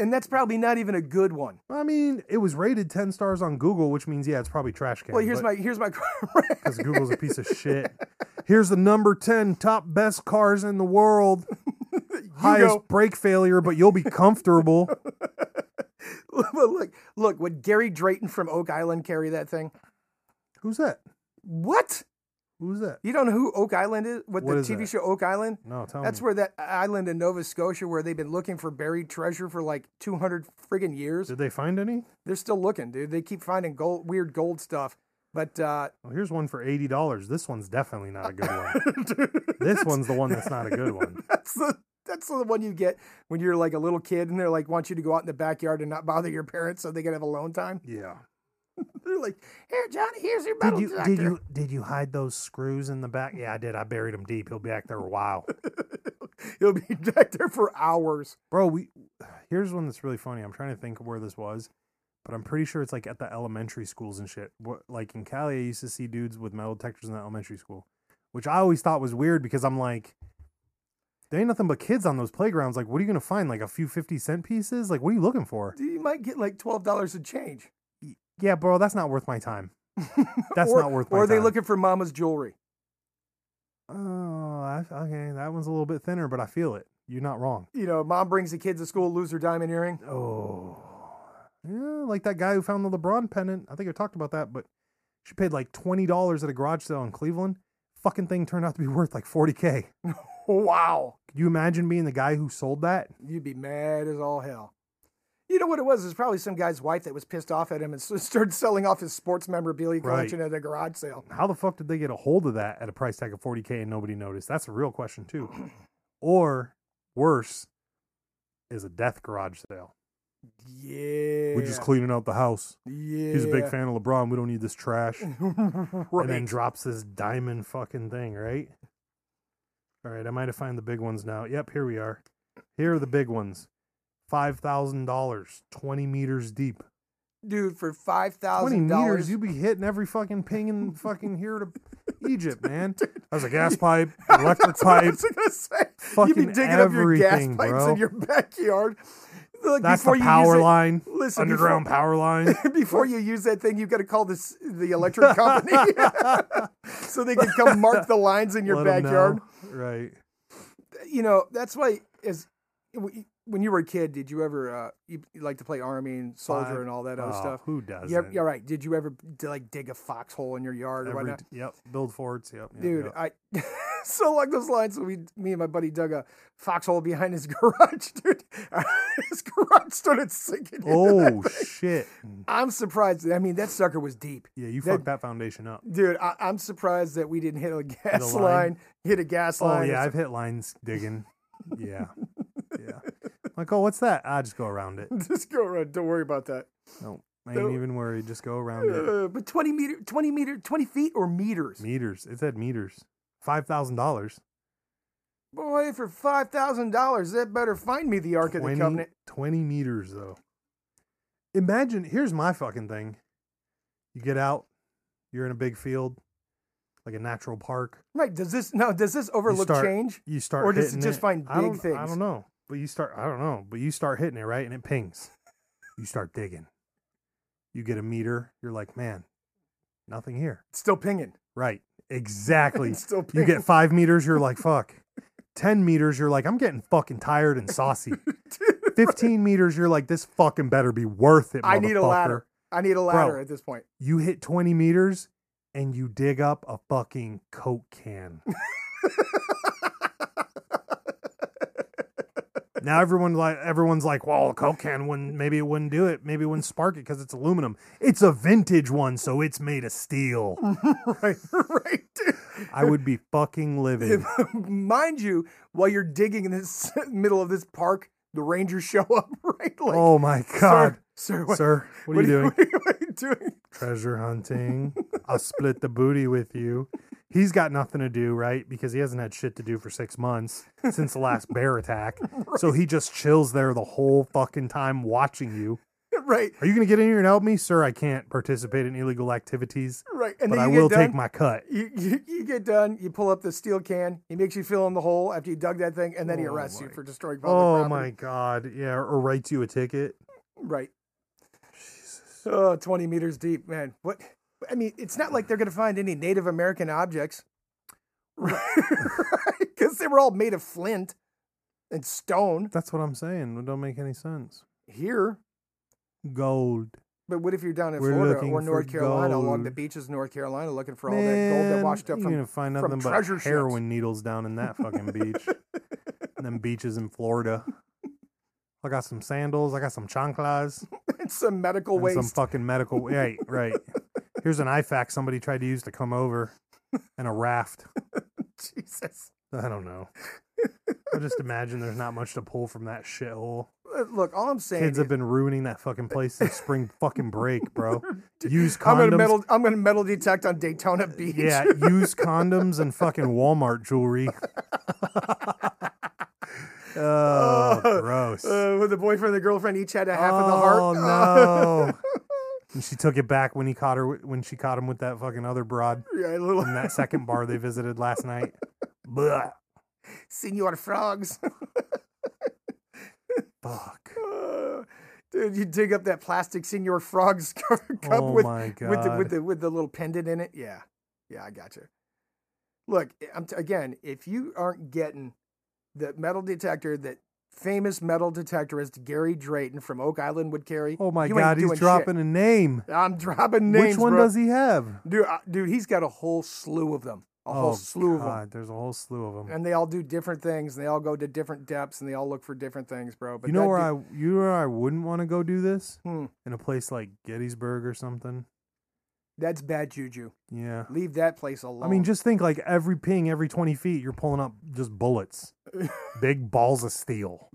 And that's probably not even a good one.
I mean, it was rated ten stars on Google, which means yeah, it's probably trash can.
Well, here's
but-
my here's my
because Google's a piece of shit. Here's the number 10 top best cars in the world. Highest
go.
brake failure, but you'll be comfortable.
look. Look, would Gary Drayton from Oak Island carry that thing?
Who's that?
What?
Who's that?
You don't know who Oak Island is? What,
What
the
is
TV
that?
show Oak Island?
No, tell
That's
me.
where that island in Nova Scotia where they've been looking for buried treasure for like 200 friggin' years.
Did they find any?
They're still looking, dude. They keep finding gold, weird gold stuff. But uh,
Well, Oh, here's one for eighty dollars. This one's definitely not a good one. this one's the one that's not a good one.
that's the that's the one you get when you're like a little kid and they're like want you to go out in the backyard and not bother your parents so they can have alone time.
Yeah.
They're like, here, Johnny, here's your metal
Did you
detector.
did you did you hide those screws in the back? Yeah, I did. I buried them deep. He'll be back there a while.
You'll be back there for hours.
bro we here's one that's really funny i'm trying to think of where this was but i'm pretty sure it's like at the elementary schools and shit what, like in cali i used to see dudes with metal detectors in the elementary school which I always thought was weird because I'm like, there ain't nothing but kids on those playgrounds. Like, what are you gonna find? Like a few fifty cent pieces? Like, what are you looking for?
You might get like twelve dollars in change.
Yeah, bro, that's not worth my time. That's
or,
not worth. My
Or are they
time.
looking for mama's jewelry?
Oh, I, okay, that one's a little bit thinner, but I feel it. You're not wrong.
You know, mom brings the kids to school, lose her diamond earring.
Oh, yeah, like that guy who found the LeBron pennant. I think I talked about that, but she paid like twenty dollars at a garage sale in Cleveland. Fucking thing turned out to be worth like forty k.
Wow.
Could you imagine being the guy who sold that?
You'd be mad as all hell. You know what it was? It was probably some guy's wife that was pissed off at him and s- started selling off his sports memorabilia
Right.
collection at a garage sale.
How the fuck did they get a hold of that at a price tag of 40K and nobody noticed? That's a real question, too. Or worse, is a death garage sale.
Yeah.
We're just cleaning out the house.
Yeah.
He's a big fan of LeBron. We don't need this trash.
right.
And then drops this diamond fucking thing, right? All right, I might have found the big ones now. Yep, here we are. Here are the big ones. Five thousand dollars, twenty meters deep.
Dude, for five
Twenty
thousand
meters,
dollars.
you'd be hitting every fucking ping in fucking here to Egypt, man. That's a gas pipe, electric
I
pipe.
was gonna say,
Fucking
you'd be digging up your gas
everything,
pipes
bro.
in your backyard. Like,
That's
before
the
you
power
use it-
line.
Listen,
underground power line.
Before, before you use that thing, you've got to call this the electric company so they can come mark the lines in your
Let 'em
backyard.
know. Right.
you know that's why as when you were a kid did you ever uh you you like to play army and soldier
Five-
and all that other
Oh,
stuff
Who does?
yeah yeah right did you ever d- like dig a foxhole in your yard or whatnot
yep. Build forts. Yep. yep,
dude
yep.
i so along those lines we me and my buddy dug a foxhole behind his garage dude his garage started sinking into that
Oh
thing.
shit.
i'm surprised i mean that sucker was deep
Yeah, you
That-
fucked that foundation up.
dude I, i'm surprised that we didn't hit a gas
line?
line. hit a gas
Oh
line or
yeah, I've hit lines digging. Yeah. Yeah. Like, oh, what's that? I just go around it.
something. just go around don't worry about that
No, I ain't
No.
even worried. Just go around it.
Uh, but 20 meter 20 meter 20 feet or meters
Meters. It said meters. Five thousand dollars.
boy for $5000 that better find me the ark of the
20,
covenant
20 meters though. Imagine here's my fucking thing. You get out, you're in a big field, like a natural park.
right does this now does this overlook
start-
change
You start
Or does it
hitting
just find
I
big
don't- I
things?
don't know. But you start I don't know, but you start hitting it, right? And it pings. You start digging. You get a meter, you're like, man, nothing here.
it's still pinging
Right. Exactly.
it's still pinging.
You get five meters, you're like, fuck. 10 meters, you're like, I'm getting fucking tired and saucy. 15 meters, you're like, this fucking better be worth it.
I need a ladder.
motherfucker.
i need a ladder
Bro.
at this point
You hit 20 meters and you dig up a fucking Coke can. now everyone like everyone's like, well, a Coke can wouldn't maybe it wouldn't do it. Maybe it wouldn't spark it because it's aluminum. It's a vintage one, so it's made of steel.
right right dude.
I would be fucking living.
mind you while you're digging in this middle of this park the rangers show up right like
oh my god.
sir, sir, what,
Sir, what, are you doing?
what are you doing
Treasure hunting. I'll split the booty with you. He's got nothing to do, right? Because he hasn't had shit to do for six months since the last bear attack. So he just chills there the whole fucking time watching you.
right
Are you going to get in here and help me? Sir, I can't participate in illegal activities,
right and
but
then
I
you get
will
done,
take my cut.
you, you, you get done, you pull up the steel can, he makes you fill in the hole after you dug that thing, and then he
Oh
arrests you
my-
for destroying public
Oh my
property.
God. Yeah. Or writes you a ticket.
Right. Oh, 20 meters deep, man. What? I mean, it's not like they're going to find any Native American objects. Right? Because they were all made of flint and stone
That's what I'm saying. It don't make any sense.
here.
Gold.
But what if you're down in
We're
Florida
looking
or
for
North Carolina along the
gold.
beaches of North Carolina looking for all that gold that washed up
you're
from
gonna find
from
nothing but
treasure ships.
heroin needles down in that fucking beach. and them beaches in Florida. I got some sandals. I got some chanclas.
some medical
And some
waste?
fucking medical. Right, right. Here's an IFAC somebody tried to use to come over, and a raft.
Jesus.
I don't know. I just imagine there's not much to pull from that shithole.
Uh, Look, all I'm saying
Kids
is,
have been ruining that fucking place since spring fucking break, bro. Use condoms. Uh,
I'm gonna metal. I'm gonna metal detect on Daytona Beach.
Yeah, use condoms and fucking Walmart jewelry. oh, gross. Oh,
Uh, with the boyfriend and the girlfriend each had a half of the heart.
Oh, no. And she took it back when he caught her wi- when she caught him with that fucking other broad
Yeah, a little
in that second bar they visited last night. Blah.
Senor Frogs.
Fuck.
Uh, Dude, you dig up that plastic Senor Frogs cu- cup
Oh
with
my god.
with the, with the with the little pendant in it. Yeah, yeah, I gotcha. Look, eh, I'm t- again, if you aren't getting the metal detector that famous metal detectorist Gary Drayton from Oak Island would carry,
oh my
you ain't
god,
doing
he's
shit.
dropping a name.
I'm dropping names.
Which one
bro.
does he have? Oh,
Dude, I- dude, he's got a whole slew of them. A whole slew of them.
There's a whole slew of them.
And they all do different things, and they all go to different depths, and they all look for different things, bro. But
you know
that
where I
dude-
you know where I wouldn't want to go do this?
Hmm.
In a place like Gettysburg or something.
that's bad juju.
Yeah.
Leave that place alone.
I mean, just think like every ping, every 20 feet, you're pulling up just bullets. Big balls of steel.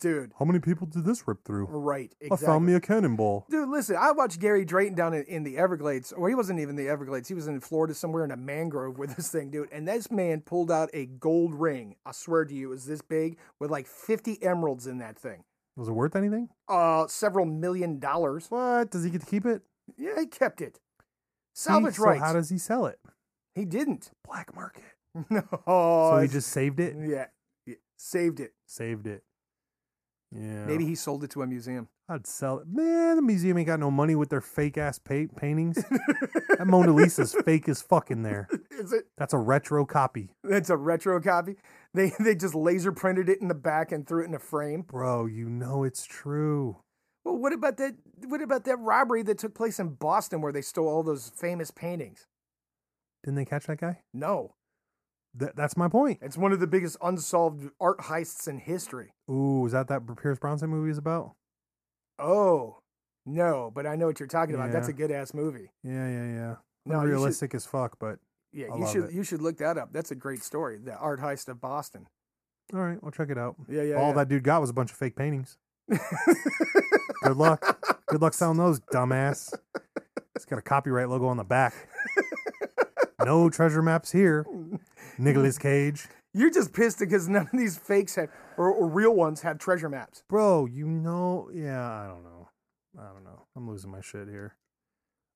dude,
How many people did this rip through?
right?
I found
Exactly.
Oh, me a cannonball.
Dude, listen, I watched Gary Drayton down in, in the Everglades. Well, he wasn't even in the Everglades. He was in Florida somewhere in a mangrove with this thing, dude. And this man pulled out a gold ring. I swear to you, it was this big with like 50 emeralds in that thing.
Was it worth anything?
Uh, several million dollars.
What? Does he get to keep it?
Yeah, he kept it.
See,
Salvage
so
rights.
How does he sell it?
He didn't.
Black market.
no.
so he just saved it?
yeah, yeah, saved it.
Saved it. Yeah.
Maybe he sold it to a museum.
I'd sell it. Man, the museum ain't got no money with their fake ass pa- paintings. that Mona Lisa's fake as fuck in there.
Is it?
That's a retro copy.
That's a retro copy. They they just laser printed it in the back and threw it in a frame.
Bro, you know it's true.
Well, what about that? What about that robbery that took place in Boston where they stole all those famous paintings?
Didn't they catch that guy?
No,
Th- that's my point.
it's one of the biggest unsolved art heists in history.
Ooh, is that that Pierce Bronson movie is about?
Oh, no, but I know what you're talking about. That's
Yeah.
a good ass movie.
Yeah, yeah, yeah.
No, you should-
realistic as fuck, but
Yeah,
I
you
love
should
it.
you should look that up. That's a great story. The art heist of Boston.
all right, we'll check it out.
Yeah, yeah.
All
yeah.
that dude got was a bunch of fake paintings. Good luck. Good luck selling those, dumbass. It's got a copyright logo on the back. No treasure maps here. Nicholas Cage.
You're just pissed because none of these fakes have or, or real ones have treasure maps.
Bro, you know, yeah, I don't know. I don't know. I'm losing my shit here.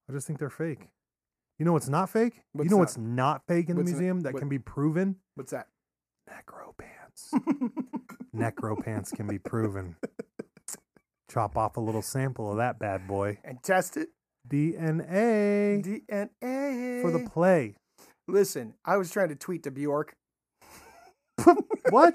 I just think they're fake. You know what's not fake?
What's
you know
not-
what's not fake in the
what's not-
museum that
what-
can be proven?
What's that?
Necro pants. Necro pants can be proven. Chop off a little sample of that bad boy.
And test it.
DNA
DNA
for the play.
Listen, I was trying to tweet to Bjork.
What?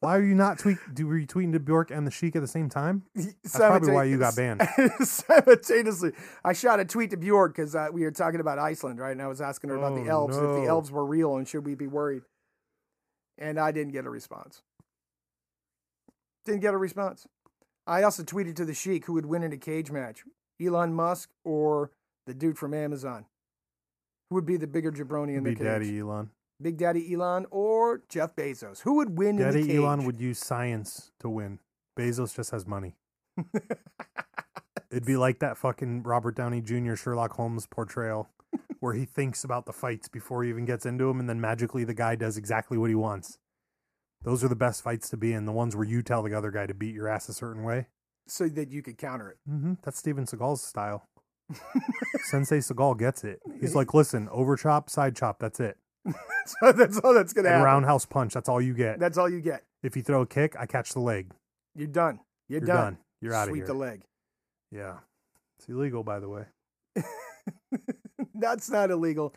Why are you not tweet? Do were you tweeting to Bjork and the Sheik at the same time?
That's
probably why you got banned.
Simultaneously, I shot a tweet to Bjork because uh, we were talking about Iceland, right? And I was asking her about
Oh,
the elves, if
no.
the elves were real, and should we be worried? And I didn't get a response. Didn't get a response. I also tweeted to the Sheik who would win in a cage match: Elon Musk or the dude from Amazon. Who would be the bigger jabroni in the
Be
cage?
Daddy Elon.
Big Daddy Elon or Jeff Bezos? Who would win in the
Daddy
cage?
Elon would use science to win. Bezos just has money. It'd be like that fucking Robert Downey Jr. Sherlock Holmes portrayal where he thinks about the fights before he even gets into them and then magically the guy does exactly what he wants. Those are the best fights to be in, the ones where you tell the other guy to beat your ass a certain way.
so that you could counter it.
hmm That's Steven Seagal's style. Sensei Seagal gets it. He's like, listen, over chop, side chop, that's it.
So that's all that's gonna
And
happen.
roundhouse punch, that's all you get.
That's all you get.
If you throw a kick, I catch the leg.
You're done. You're,
You're
done.
done. You're out of
Sweep
here.
the leg.
Yeah. It's illegal, by the way.
That's not illegal.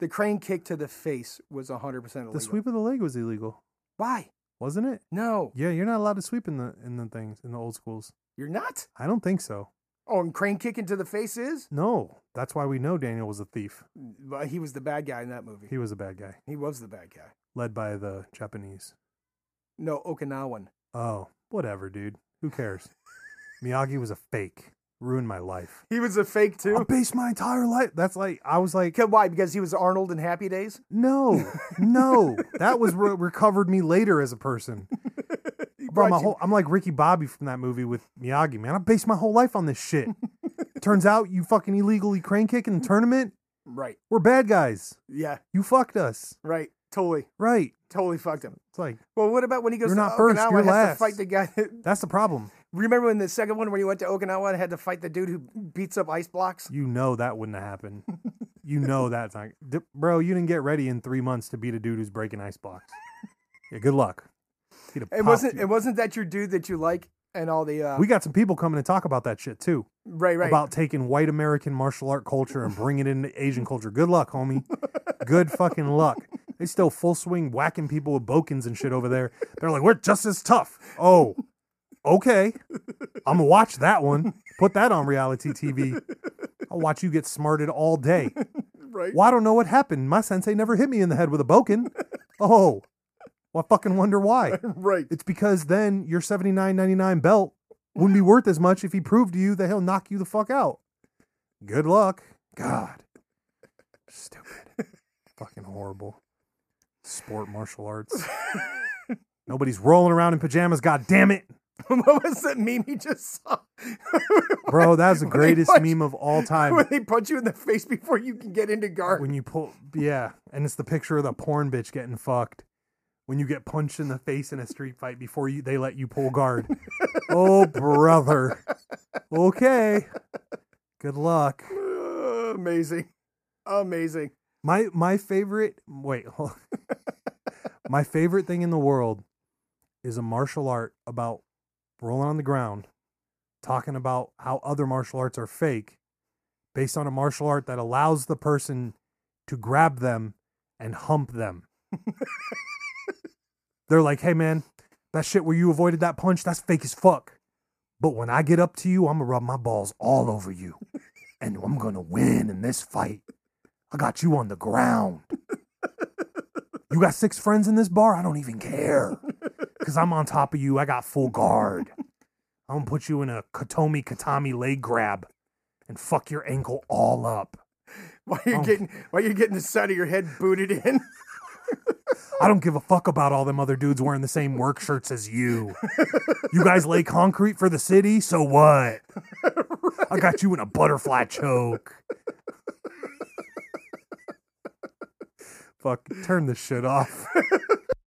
The crane kick to the face was 100% illegal.
The sweep of the leg was illegal,
Why?
wasn't it?
No,
Yeah, you're not allowed to sweep in the in the things in the old schools.
you're not.
I don't think so.
Oh, and crane kicking to the face is?
No, that's why we know Daniel was a thief.
Well, he was the bad guy in that movie.
He was a bad guy,
He was the bad guy.
led by the Japanese.
No, Okinawan.
Oh, whatever, dude. Who cares? Miyagi was a fake. Ruined my life.
He was a fake
I
too.
based my entire life. That's like I was like,
Okay, Why? Because he was Arnold in Happy Days?
no, no. That was what recovered me later as a person.
He
Bro, my
brought you-
whole, I'm like Ricky Bobby from that movie with Miyagi, man. I based my whole life on this shit. Turns out you fucking illegally crane kick in the tournament.
Right.
We're bad guys.
Yeah,
You fucked us.
right. Totally.
Right.
Totally fucked him.
It's like,
Well, what about when he goes
You're
to
not first,
Okinawa
you're
and has to
last.
fight the guy that
that's the problem.
Remember in the second one where you went to Okinawa and had to fight the dude who beats up ice blocks?
You know that wouldn't have happened. you know that's not, D- bro. You didn't get ready in three months to beat a dude who's breaking ice blocks. yeah, good luck. He'd have
It
popped
wasn't.
you.
It wasn't that your dude that you like and all the uh,
we got some people coming to talk about that shit too.
right, right.
About taking white American martial art culture and bringing it into Asian culture. Good luck, homie. Good fucking luck. They still full swing whacking people with bokens and shit over there. They're like, we're just as tough. Oh, okay. I'm gonna watch that one. Put that on reality TV. I'll watch you get smarted all day.
Right.
Well, I don't know what happened. My sensei never hit me in the head with a boken. Oh, well, I fucking wonder why.
right.
It's because then your seventy nine ninety nine belt wouldn't be worth as much if he proved to you that he'll knock you the fuck out. Good luck. God. Stupid. fucking horrible. Sport martial arts. Nobody's rolling around in pajamas, god damn it.
what was that meme you just saw?
Bro, that's the
When they
greatest
punch-
meme of all
When
time.
they punch you in the face before you can get into guard.
When you pull yeah, and it's the picture of the porn bitch getting fucked. When you get punched in the face in a street fight before you they let you pull guard. oh brother. Okay. Good luck.
Uh, amazing. Amazing.
My my favorite wait, hold my favorite thing in the world is a martial art about rolling on the ground, talking about how other martial arts are fake, based on a martial art that allows the person to grab them and hump them. They're like, hey man, that shit where you avoided that punch, that's fake as fuck. But when I get up to you, I'm gonna rub my balls all over you. And I'm gonna win in this fight. I got you on the ground. You got six friends in this bar? I don't even care. Because I'm on top of you. I got full guard. I'm going to put you in a Katomi Katami leg grab and fuck your ankle all up.
Why you
Oh.
getting why you getting the side of your head booted in?
I don't give a fuck about all them other dudes wearing the same work shirts as you. You guys lay concrete for the city? So what? I got you in a butterfly choke. Fuck, turn this shit off.